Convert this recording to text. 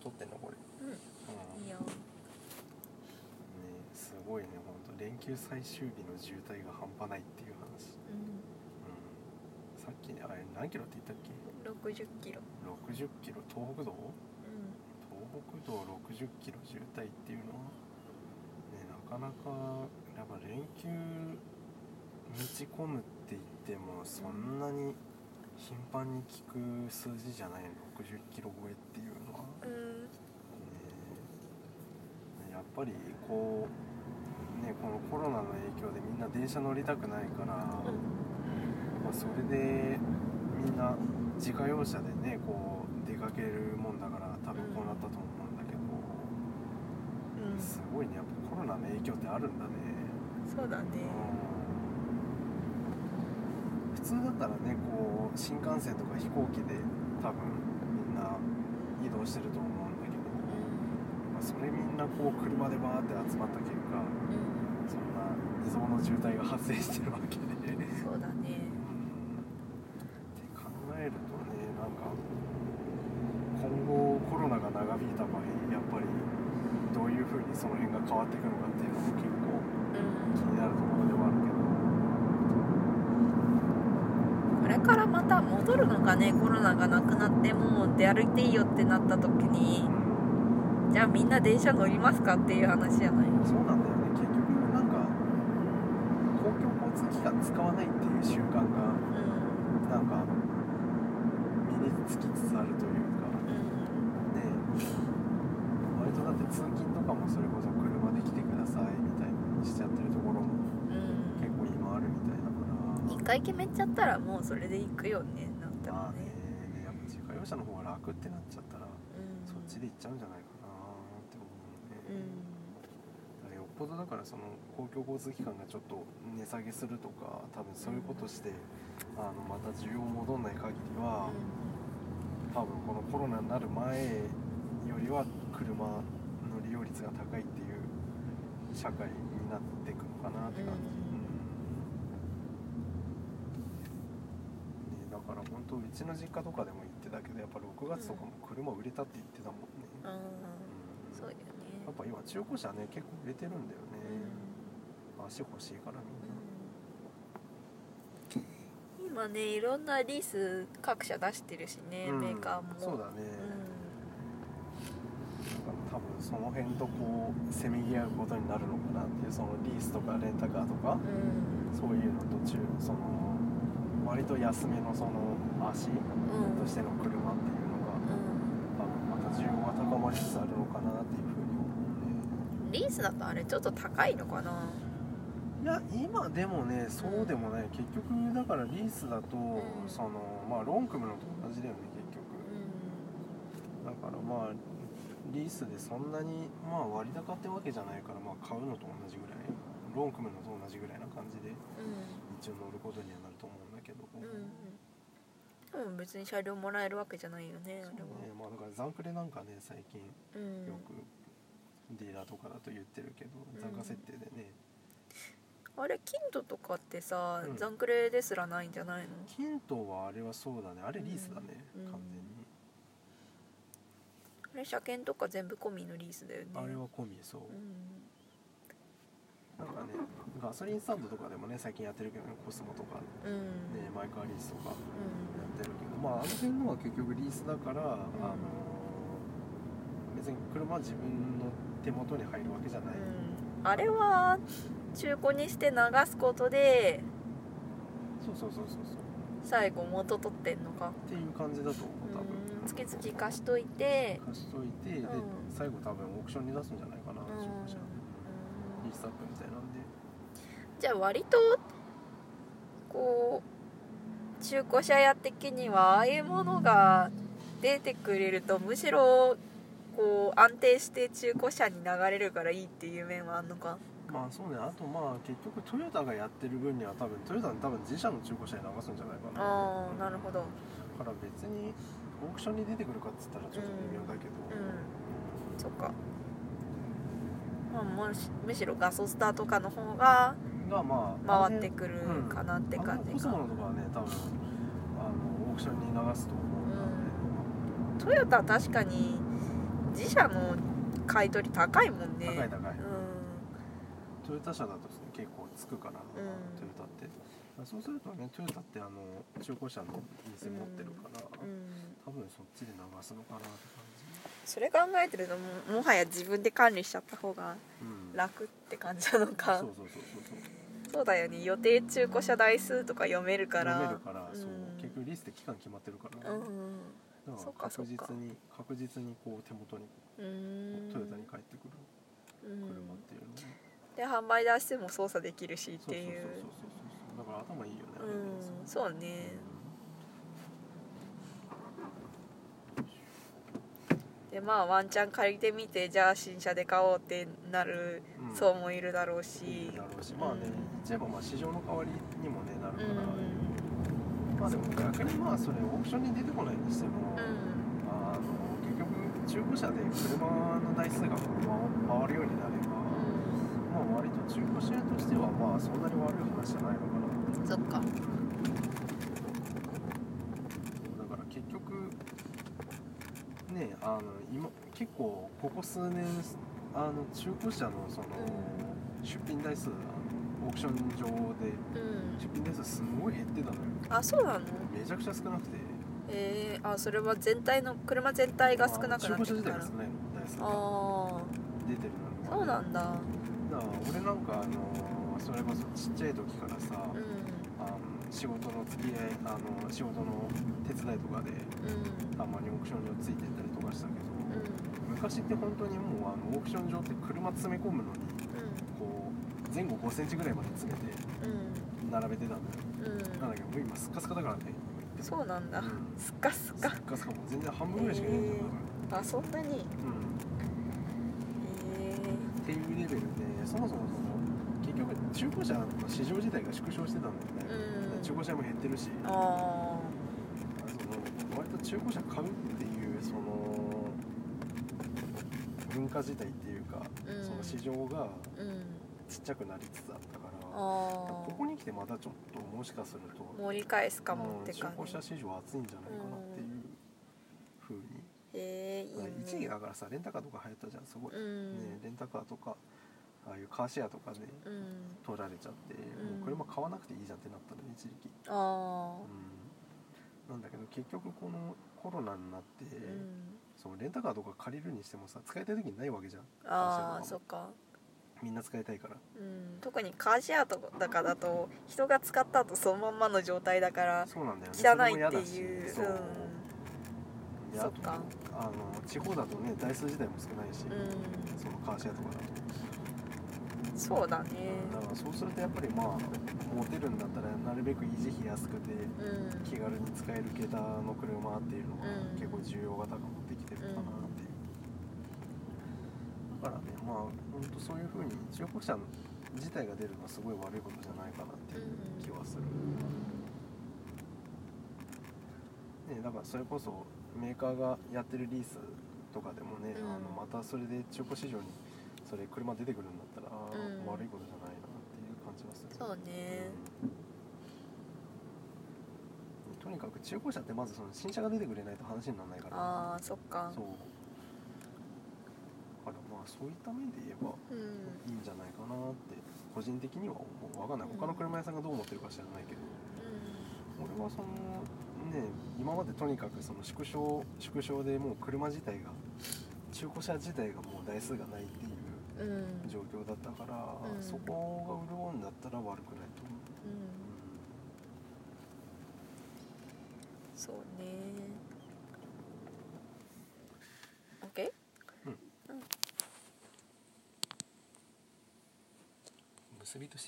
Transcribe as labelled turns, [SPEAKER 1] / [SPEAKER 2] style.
[SPEAKER 1] 撮ってんのこれ、うん
[SPEAKER 2] いいよ
[SPEAKER 1] ねすごいねほんと連休最終日の渋滞が半端ないっていう話、う
[SPEAKER 2] う
[SPEAKER 1] ん、さっきねあれ何キロって言ったっけ
[SPEAKER 2] ん60キロ
[SPEAKER 1] 60キロ東北道
[SPEAKER 2] うん
[SPEAKER 1] 東北道60キロ渋滞っていうのは、ね、なかなかやっぱ連休持ち込むって言ってもそんなに頻繁に聞く数字じゃないの60キロ超えっていうのは、
[SPEAKER 2] うん
[SPEAKER 1] ね、やっぱりこうねこのコロナの影響でみんな電車乗りたくないから、まあ、それでみんな自家用車でねこう出かけるもんだから多分こうなったと思うんだけど、
[SPEAKER 2] うん
[SPEAKER 1] すごいねやっぱコロナの影響ってあるんだね、
[SPEAKER 2] そうだね
[SPEAKER 1] うん普通だったらねこう新幹線とか飛行機で多分みんな移動してると思うんだけど、まあ、それみんなこう車でバーって集まった結果
[SPEAKER 2] うん
[SPEAKER 1] そんな移動の渋滞が発生してるわけで。
[SPEAKER 2] そうだね
[SPEAKER 1] って考えるとねなんか今後コロナが長引いた場合やっぱりどういうふうにその辺が変わっていくのかっていうのも結構
[SPEAKER 2] うん
[SPEAKER 1] 気になるところではある
[SPEAKER 2] これからまた戻るのかねコロナがなくなってもう出歩いていいよってなった時に
[SPEAKER 1] けど、
[SPEAKER 2] じゃあみんな電車乗りますかっていう話じゃない
[SPEAKER 1] そうなんだよね結局なんか公共交通機関使わないっていう習慣が
[SPEAKER 2] うん
[SPEAKER 1] なんか身につきつつあるというか
[SPEAKER 2] うん
[SPEAKER 1] ね割とだって通勤とかもそれこそ車で来てくださいみたいにしちゃってるところも
[SPEAKER 2] うん
[SPEAKER 1] 結構今あるみたいだから
[SPEAKER 2] 一回決めちゃったらもうそれで行くよねなんて
[SPEAKER 1] ま
[SPEAKER 2] も
[SPEAKER 1] あね
[SPEAKER 2] ね
[SPEAKER 1] やっぱ自家用車の方が楽ってなっちゃったら、
[SPEAKER 2] うん
[SPEAKER 1] そっちで行っちゃうんじゃないかなって思
[SPEAKER 2] う
[SPEAKER 1] うね、
[SPEAKER 2] ん
[SPEAKER 1] だからよっぽどだからその公共交通機関がちょっと値下げするとか多分そういうことして、あのまた需要戻んない限りは、多分このコロナになる前よりは車の利用率が高いっていう社会になっていくのかなって感じ、
[SPEAKER 2] う
[SPEAKER 1] うんね、だから本当うちの実家とかでも言ってたけどやっぱ6月とかも車売れたって言ってたもんね、
[SPEAKER 2] うんあーそう
[SPEAKER 1] や
[SPEAKER 2] よね
[SPEAKER 1] っぱ今中古車ね結構売れてるんだよ
[SPEAKER 2] う
[SPEAKER 1] ね、
[SPEAKER 2] ん
[SPEAKER 1] 足欲しいからみんな、
[SPEAKER 2] 今ねいろんなリース各社出してるしね、
[SPEAKER 1] うん
[SPEAKER 2] メーカーも
[SPEAKER 1] そうだね、
[SPEAKER 2] うん
[SPEAKER 1] なんか多分その辺とこうせめぎ合うことになるのかなっていうそのリースとかレンタカーとか
[SPEAKER 2] うん
[SPEAKER 1] そういうのと中その割と安めのその足
[SPEAKER 2] うん
[SPEAKER 1] としての車っていうのが多分また需要が高まりつつあるのかなっていうふうに思う
[SPEAKER 2] うんリースだとあれちょっと高いのかな
[SPEAKER 1] ねいや今でもねそうでもない結局だからリースだと、
[SPEAKER 2] うん
[SPEAKER 1] そのまあローン組むのと同じだよね結局
[SPEAKER 2] う
[SPEAKER 1] だからまあリースでそんなに、まあ、割高ってわけじゃないから、まあ、買うのと同じぐらいローン組むのと同じぐらいな感じで
[SPEAKER 2] ん
[SPEAKER 1] 一応乗ることにはなると思うんだけど、
[SPEAKER 2] うんうんでも別に車両もらえるわけじゃないよね
[SPEAKER 1] そう
[SPEAKER 2] あれ
[SPEAKER 1] ね
[SPEAKER 2] は
[SPEAKER 1] まあ、だから残クレなんかね最近
[SPEAKER 2] うん
[SPEAKER 1] よくディーラーとかだと言ってるけど、
[SPEAKER 2] うん
[SPEAKER 1] 残価設定でね
[SPEAKER 2] あれ金土とかってさ、
[SPEAKER 1] うん
[SPEAKER 2] 残クレですらないんじゃないの
[SPEAKER 1] 金とはあれはそうだねあれリースだね、
[SPEAKER 2] うん
[SPEAKER 1] 完全に、
[SPEAKER 2] あれ車検とか全部込みのリースだよね
[SPEAKER 1] あれは込みそう
[SPEAKER 2] う
[SPEAKER 1] な
[SPEAKER 2] ん
[SPEAKER 1] んかねガソリンスタンドとかでもね最近やってるけどねコスモとかね
[SPEAKER 2] うん
[SPEAKER 1] マイカーリースとか
[SPEAKER 2] うん
[SPEAKER 1] やってるけどまああの辺のは結局リースだから、あの別に車は自分の手元に入るわけじゃない、
[SPEAKER 2] うんあれは中古にして流すことで
[SPEAKER 1] そうそうそうそうそう
[SPEAKER 2] 最後元取ってんのか
[SPEAKER 1] っていう感じだと思う多分、
[SPEAKER 2] うん月々貸しといて
[SPEAKER 1] 貸しといて、で
[SPEAKER 2] うん
[SPEAKER 1] 最後多分オークションに出すんじゃないかな、
[SPEAKER 2] うん
[SPEAKER 1] 中古車リースアップみたいなんで
[SPEAKER 2] じゃあ割とこう中古車屋的にはああいうものが出てくれるとむしろこう安定して中古車に流れるからいいっていう面はあんのか
[SPEAKER 1] まあそうねあとまあ結局トヨタがやってる分には多分トヨタに多分自社の中古車に流すんじゃないかな
[SPEAKER 2] ああなるほど
[SPEAKER 1] だから別にオークションに出てくるかっつったらちょっと微妙だけど、
[SPEAKER 2] うんそっかまあむしむしろガソスターとかの方が
[SPEAKER 1] がまあ
[SPEAKER 2] 回ってくるかなって感じ
[SPEAKER 1] コスモ
[SPEAKER 2] か
[SPEAKER 1] のとかはね多分あのオークションに流すと思うんで、
[SPEAKER 2] トヨタは確かに自社の買い取り高いもんね
[SPEAKER 1] 高い高い
[SPEAKER 2] うん
[SPEAKER 1] トヨタ車だと結構つくから、
[SPEAKER 2] ん
[SPEAKER 1] トヨタってそうするとねトヨタってあの中古車の店持ってるから、
[SPEAKER 2] うん
[SPEAKER 1] 多分そっちで流すのかなって感じ
[SPEAKER 2] それ考えてるともうもはや自分で管理しちゃった方が
[SPEAKER 1] うん
[SPEAKER 2] 楽って感じなの
[SPEAKER 1] そう
[SPEAKER 2] か
[SPEAKER 1] そうそうそうそう
[SPEAKER 2] そうだよね予定中古車台数とか読めるから
[SPEAKER 1] 読めるから、そう
[SPEAKER 2] うん
[SPEAKER 1] 結局リスって期間決まってるから、
[SPEAKER 2] うん
[SPEAKER 1] だ
[SPEAKER 2] そっ
[SPEAKER 1] から
[SPEAKER 2] かそ
[SPEAKER 1] 確
[SPEAKER 2] っか
[SPEAKER 1] 実に確実にこう手元に
[SPEAKER 2] うんうん
[SPEAKER 1] トヨタに帰ってくる
[SPEAKER 2] う
[SPEAKER 1] 車
[SPEAKER 2] ん
[SPEAKER 1] っていうのは、
[SPEAKER 2] で販売出しても操作できるしっ
[SPEAKER 1] そうそう
[SPEAKER 2] ていう
[SPEAKER 1] そうそうそうだから頭いいよねあ
[SPEAKER 2] う
[SPEAKER 1] れね
[SPEAKER 2] んそうねでまあワンチャン借りてみてじゃあ新車で買おうってなる
[SPEAKER 1] うん
[SPEAKER 2] 層もいるだろうし、
[SPEAKER 1] いいだろうしまあね、
[SPEAKER 2] うん
[SPEAKER 1] 一言えばまあ市場の代わりにもねなる
[SPEAKER 2] う
[SPEAKER 1] から、ま
[SPEAKER 2] ん
[SPEAKER 1] あでも逆にまあそれオークションに出てこないにしても、
[SPEAKER 2] うん
[SPEAKER 1] あの結局中古車で車の台数が回るようになれば、まあ割と中古車屋としてはまあそんなに悪い話じゃないのかなって
[SPEAKER 2] うんそっか
[SPEAKER 1] だから結局ねあの今結構ここ数年あの中古車のその、出品台数あのオークション上で
[SPEAKER 2] うん
[SPEAKER 1] 出品台数すごい減ってたのよ
[SPEAKER 2] あそうなの
[SPEAKER 1] めちゃくちゃ少なくて
[SPEAKER 2] えー、あそれは全体の車全体が少なく
[SPEAKER 1] 中
[SPEAKER 2] なっ
[SPEAKER 1] 古車自
[SPEAKER 2] てきた
[SPEAKER 1] 体
[SPEAKER 2] ら
[SPEAKER 1] が少ないの台数が
[SPEAKER 2] あ
[SPEAKER 1] 出てる
[SPEAKER 2] あ
[SPEAKER 1] の
[SPEAKER 2] そうなんだ
[SPEAKER 1] だから俺なんかあのそれこそちっちゃい時からさ、
[SPEAKER 2] うん
[SPEAKER 1] あの仕事の付き合いあの仕事の手伝いとかで
[SPEAKER 2] うん
[SPEAKER 1] たまにオークション上ついてったりとかしたけど、昔って本当にもうあのオークション上って車詰め込むのにこう前後5センチぐらいまで詰めて
[SPEAKER 2] う
[SPEAKER 1] 並べてたんだよ
[SPEAKER 2] んうん
[SPEAKER 1] なん
[SPEAKER 2] う
[SPEAKER 1] だけどもう今スッカスカだからね
[SPEAKER 2] んそうなんだ
[SPEAKER 1] うん
[SPEAKER 2] スッカス
[SPEAKER 1] ス
[SPEAKER 2] カ
[SPEAKER 1] ッカスカもう全然半分ぐらいしかいないんだよ
[SPEAKER 2] あそんな
[SPEAKER 1] 多
[SPEAKER 2] に
[SPEAKER 1] 分うん
[SPEAKER 2] え
[SPEAKER 1] っていうレベルでそもそもその結局中古車の市場自体が縮小してたんだよね、
[SPEAKER 2] うん
[SPEAKER 1] 中古車も減ってるし
[SPEAKER 2] ー、あ
[SPEAKER 1] その割と中古車買うっていうその文化自体っていうか、
[SPEAKER 2] うん
[SPEAKER 1] その市場が
[SPEAKER 2] あうん
[SPEAKER 1] ちっちゃくなりつつあったから
[SPEAKER 2] ああ
[SPEAKER 1] ここに来てまたちょっともしかすると
[SPEAKER 2] 盛り返すかも
[SPEAKER 1] う
[SPEAKER 2] っ
[SPEAKER 1] ん
[SPEAKER 2] て
[SPEAKER 1] 中
[SPEAKER 2] 感
[SPEAKER 1] 古
[SPEAKER 2] じ
[SPEAKER 1] 車市場熱いんじゃないかなっていうふうに、
[SPEAKER 2] へえいい
[SPEAKER 1] まあ
[SPEAKER 2] ね
[SPEAKER 1] 一時だからさレンタカーとか流行ったじゃんすごい、
[SPEAKER 2] う
[SPEAKER 1] ね
[SPEAKER 2] ん、
[SPEAKER 1] レンタカーとかああいうカーシェアとかで
[SPEAKER 2] うん
[SPEAKER 1] 取られちゃって、
[SPEAKER 2] ん
[SPEAKER 1] もう車買わなくていいじゃんってなったのね一時期、
[SPEAKER 2] あ
[SPEAKER 1] うん、なんだけど結局このコロナになって、
[SPEAKER 2] ー、うん、
[SPEAKER 1] そのレンタカーとか借りるにしてもさ使いたい時にないわけじゃん
[SPEAKER 2] あ
[SPEAKER 1] 会
[SPEAKER 2] ー
[SPEAKER 1] 社
[SPEAKER 2] そ
[SPEAKER 1] と
[SPEAKER 2] っか、
[SPEAKER 1] みんな使いたいから
[SPEAKER 2] うん、特にカーシェアとかだと人が使った後そのまんまの状態だから
[SPEAKER 1] そうなんだよね
[SPEAKER 2] 汚い
[SPEAKER 1] それも嫌
[SPEAKER 2] っ
[SPEAKER 1] だ
[SPEAKER 2] て
[SPEAKER 1] し
[SPEAKER 2] いう
[SPEAKER 1] そう、で
[SPEAKER 2] そ
[SPEAKER 1] あ
[SPEAKER 2] っ
[SPEAKER 1] と
[SPEAKER 2] か
[SPEAKER 1] あの地方だとね台数自体も少ないし、
[SPEAKER 2] うん、う
[SPEAKER 1] そのカーシェアとかだと、
[SPEAKER 2] ん、そうだね
[SPEAKER 1] だからそうするとやっぱりまあモテるんだったらなるべく維持費安くて
[SPEAKER 2] うん
[SPEAKER 1] 気軽に使える桁の車っていうのが
[SPEAKER 2] うん
[SPEAKER 1] 結構需要が高まってきてるかなっていう、だからねまあほんとそういうふうに中古車自体が出るのはすごい悪いことじゃないかなっていう気はする、ね、だからそれこそメーカーがやってるリースとかでもね、
[SPEAKER 2] うん
[SPEAKER 1] あのまたそれで中古市場にそれ車出てくるんだったら、あー
[SPEAKER 2] うん
[SPEAKER 1] 悪いことじゃないなっていう感じはする
[SPEAKER 2] そうね
[SPEAKER 1] うんとにかく中古車ってまずその新車が出てくれないと話にならないから
[SPEAKER 2] あーそっか
[SPEAKER 1] そうだからまあそういった面で言えば
[SPEAKER 2] う
[SPEAKER 1] いい
[SPEAKER 2] ん
[SPEAKER 1] んじゃないかなって個人的には思う分かんない他の車屋さんがどう思ってるか知らないけど俺はそのね今までとにかくその縮小縮小でもう車自体が中古車自体がもう台数がないっていう
[SPEAKER 2] うんうん
[SPEAKER 1] 状況だったから、
[SPEAKER 2] うん
[SPEAKER 1] そこが潤うんだったら悪くないと思う
[SPEAKER 2] うんそうね OK?
[SPEAKER 1] 結びとし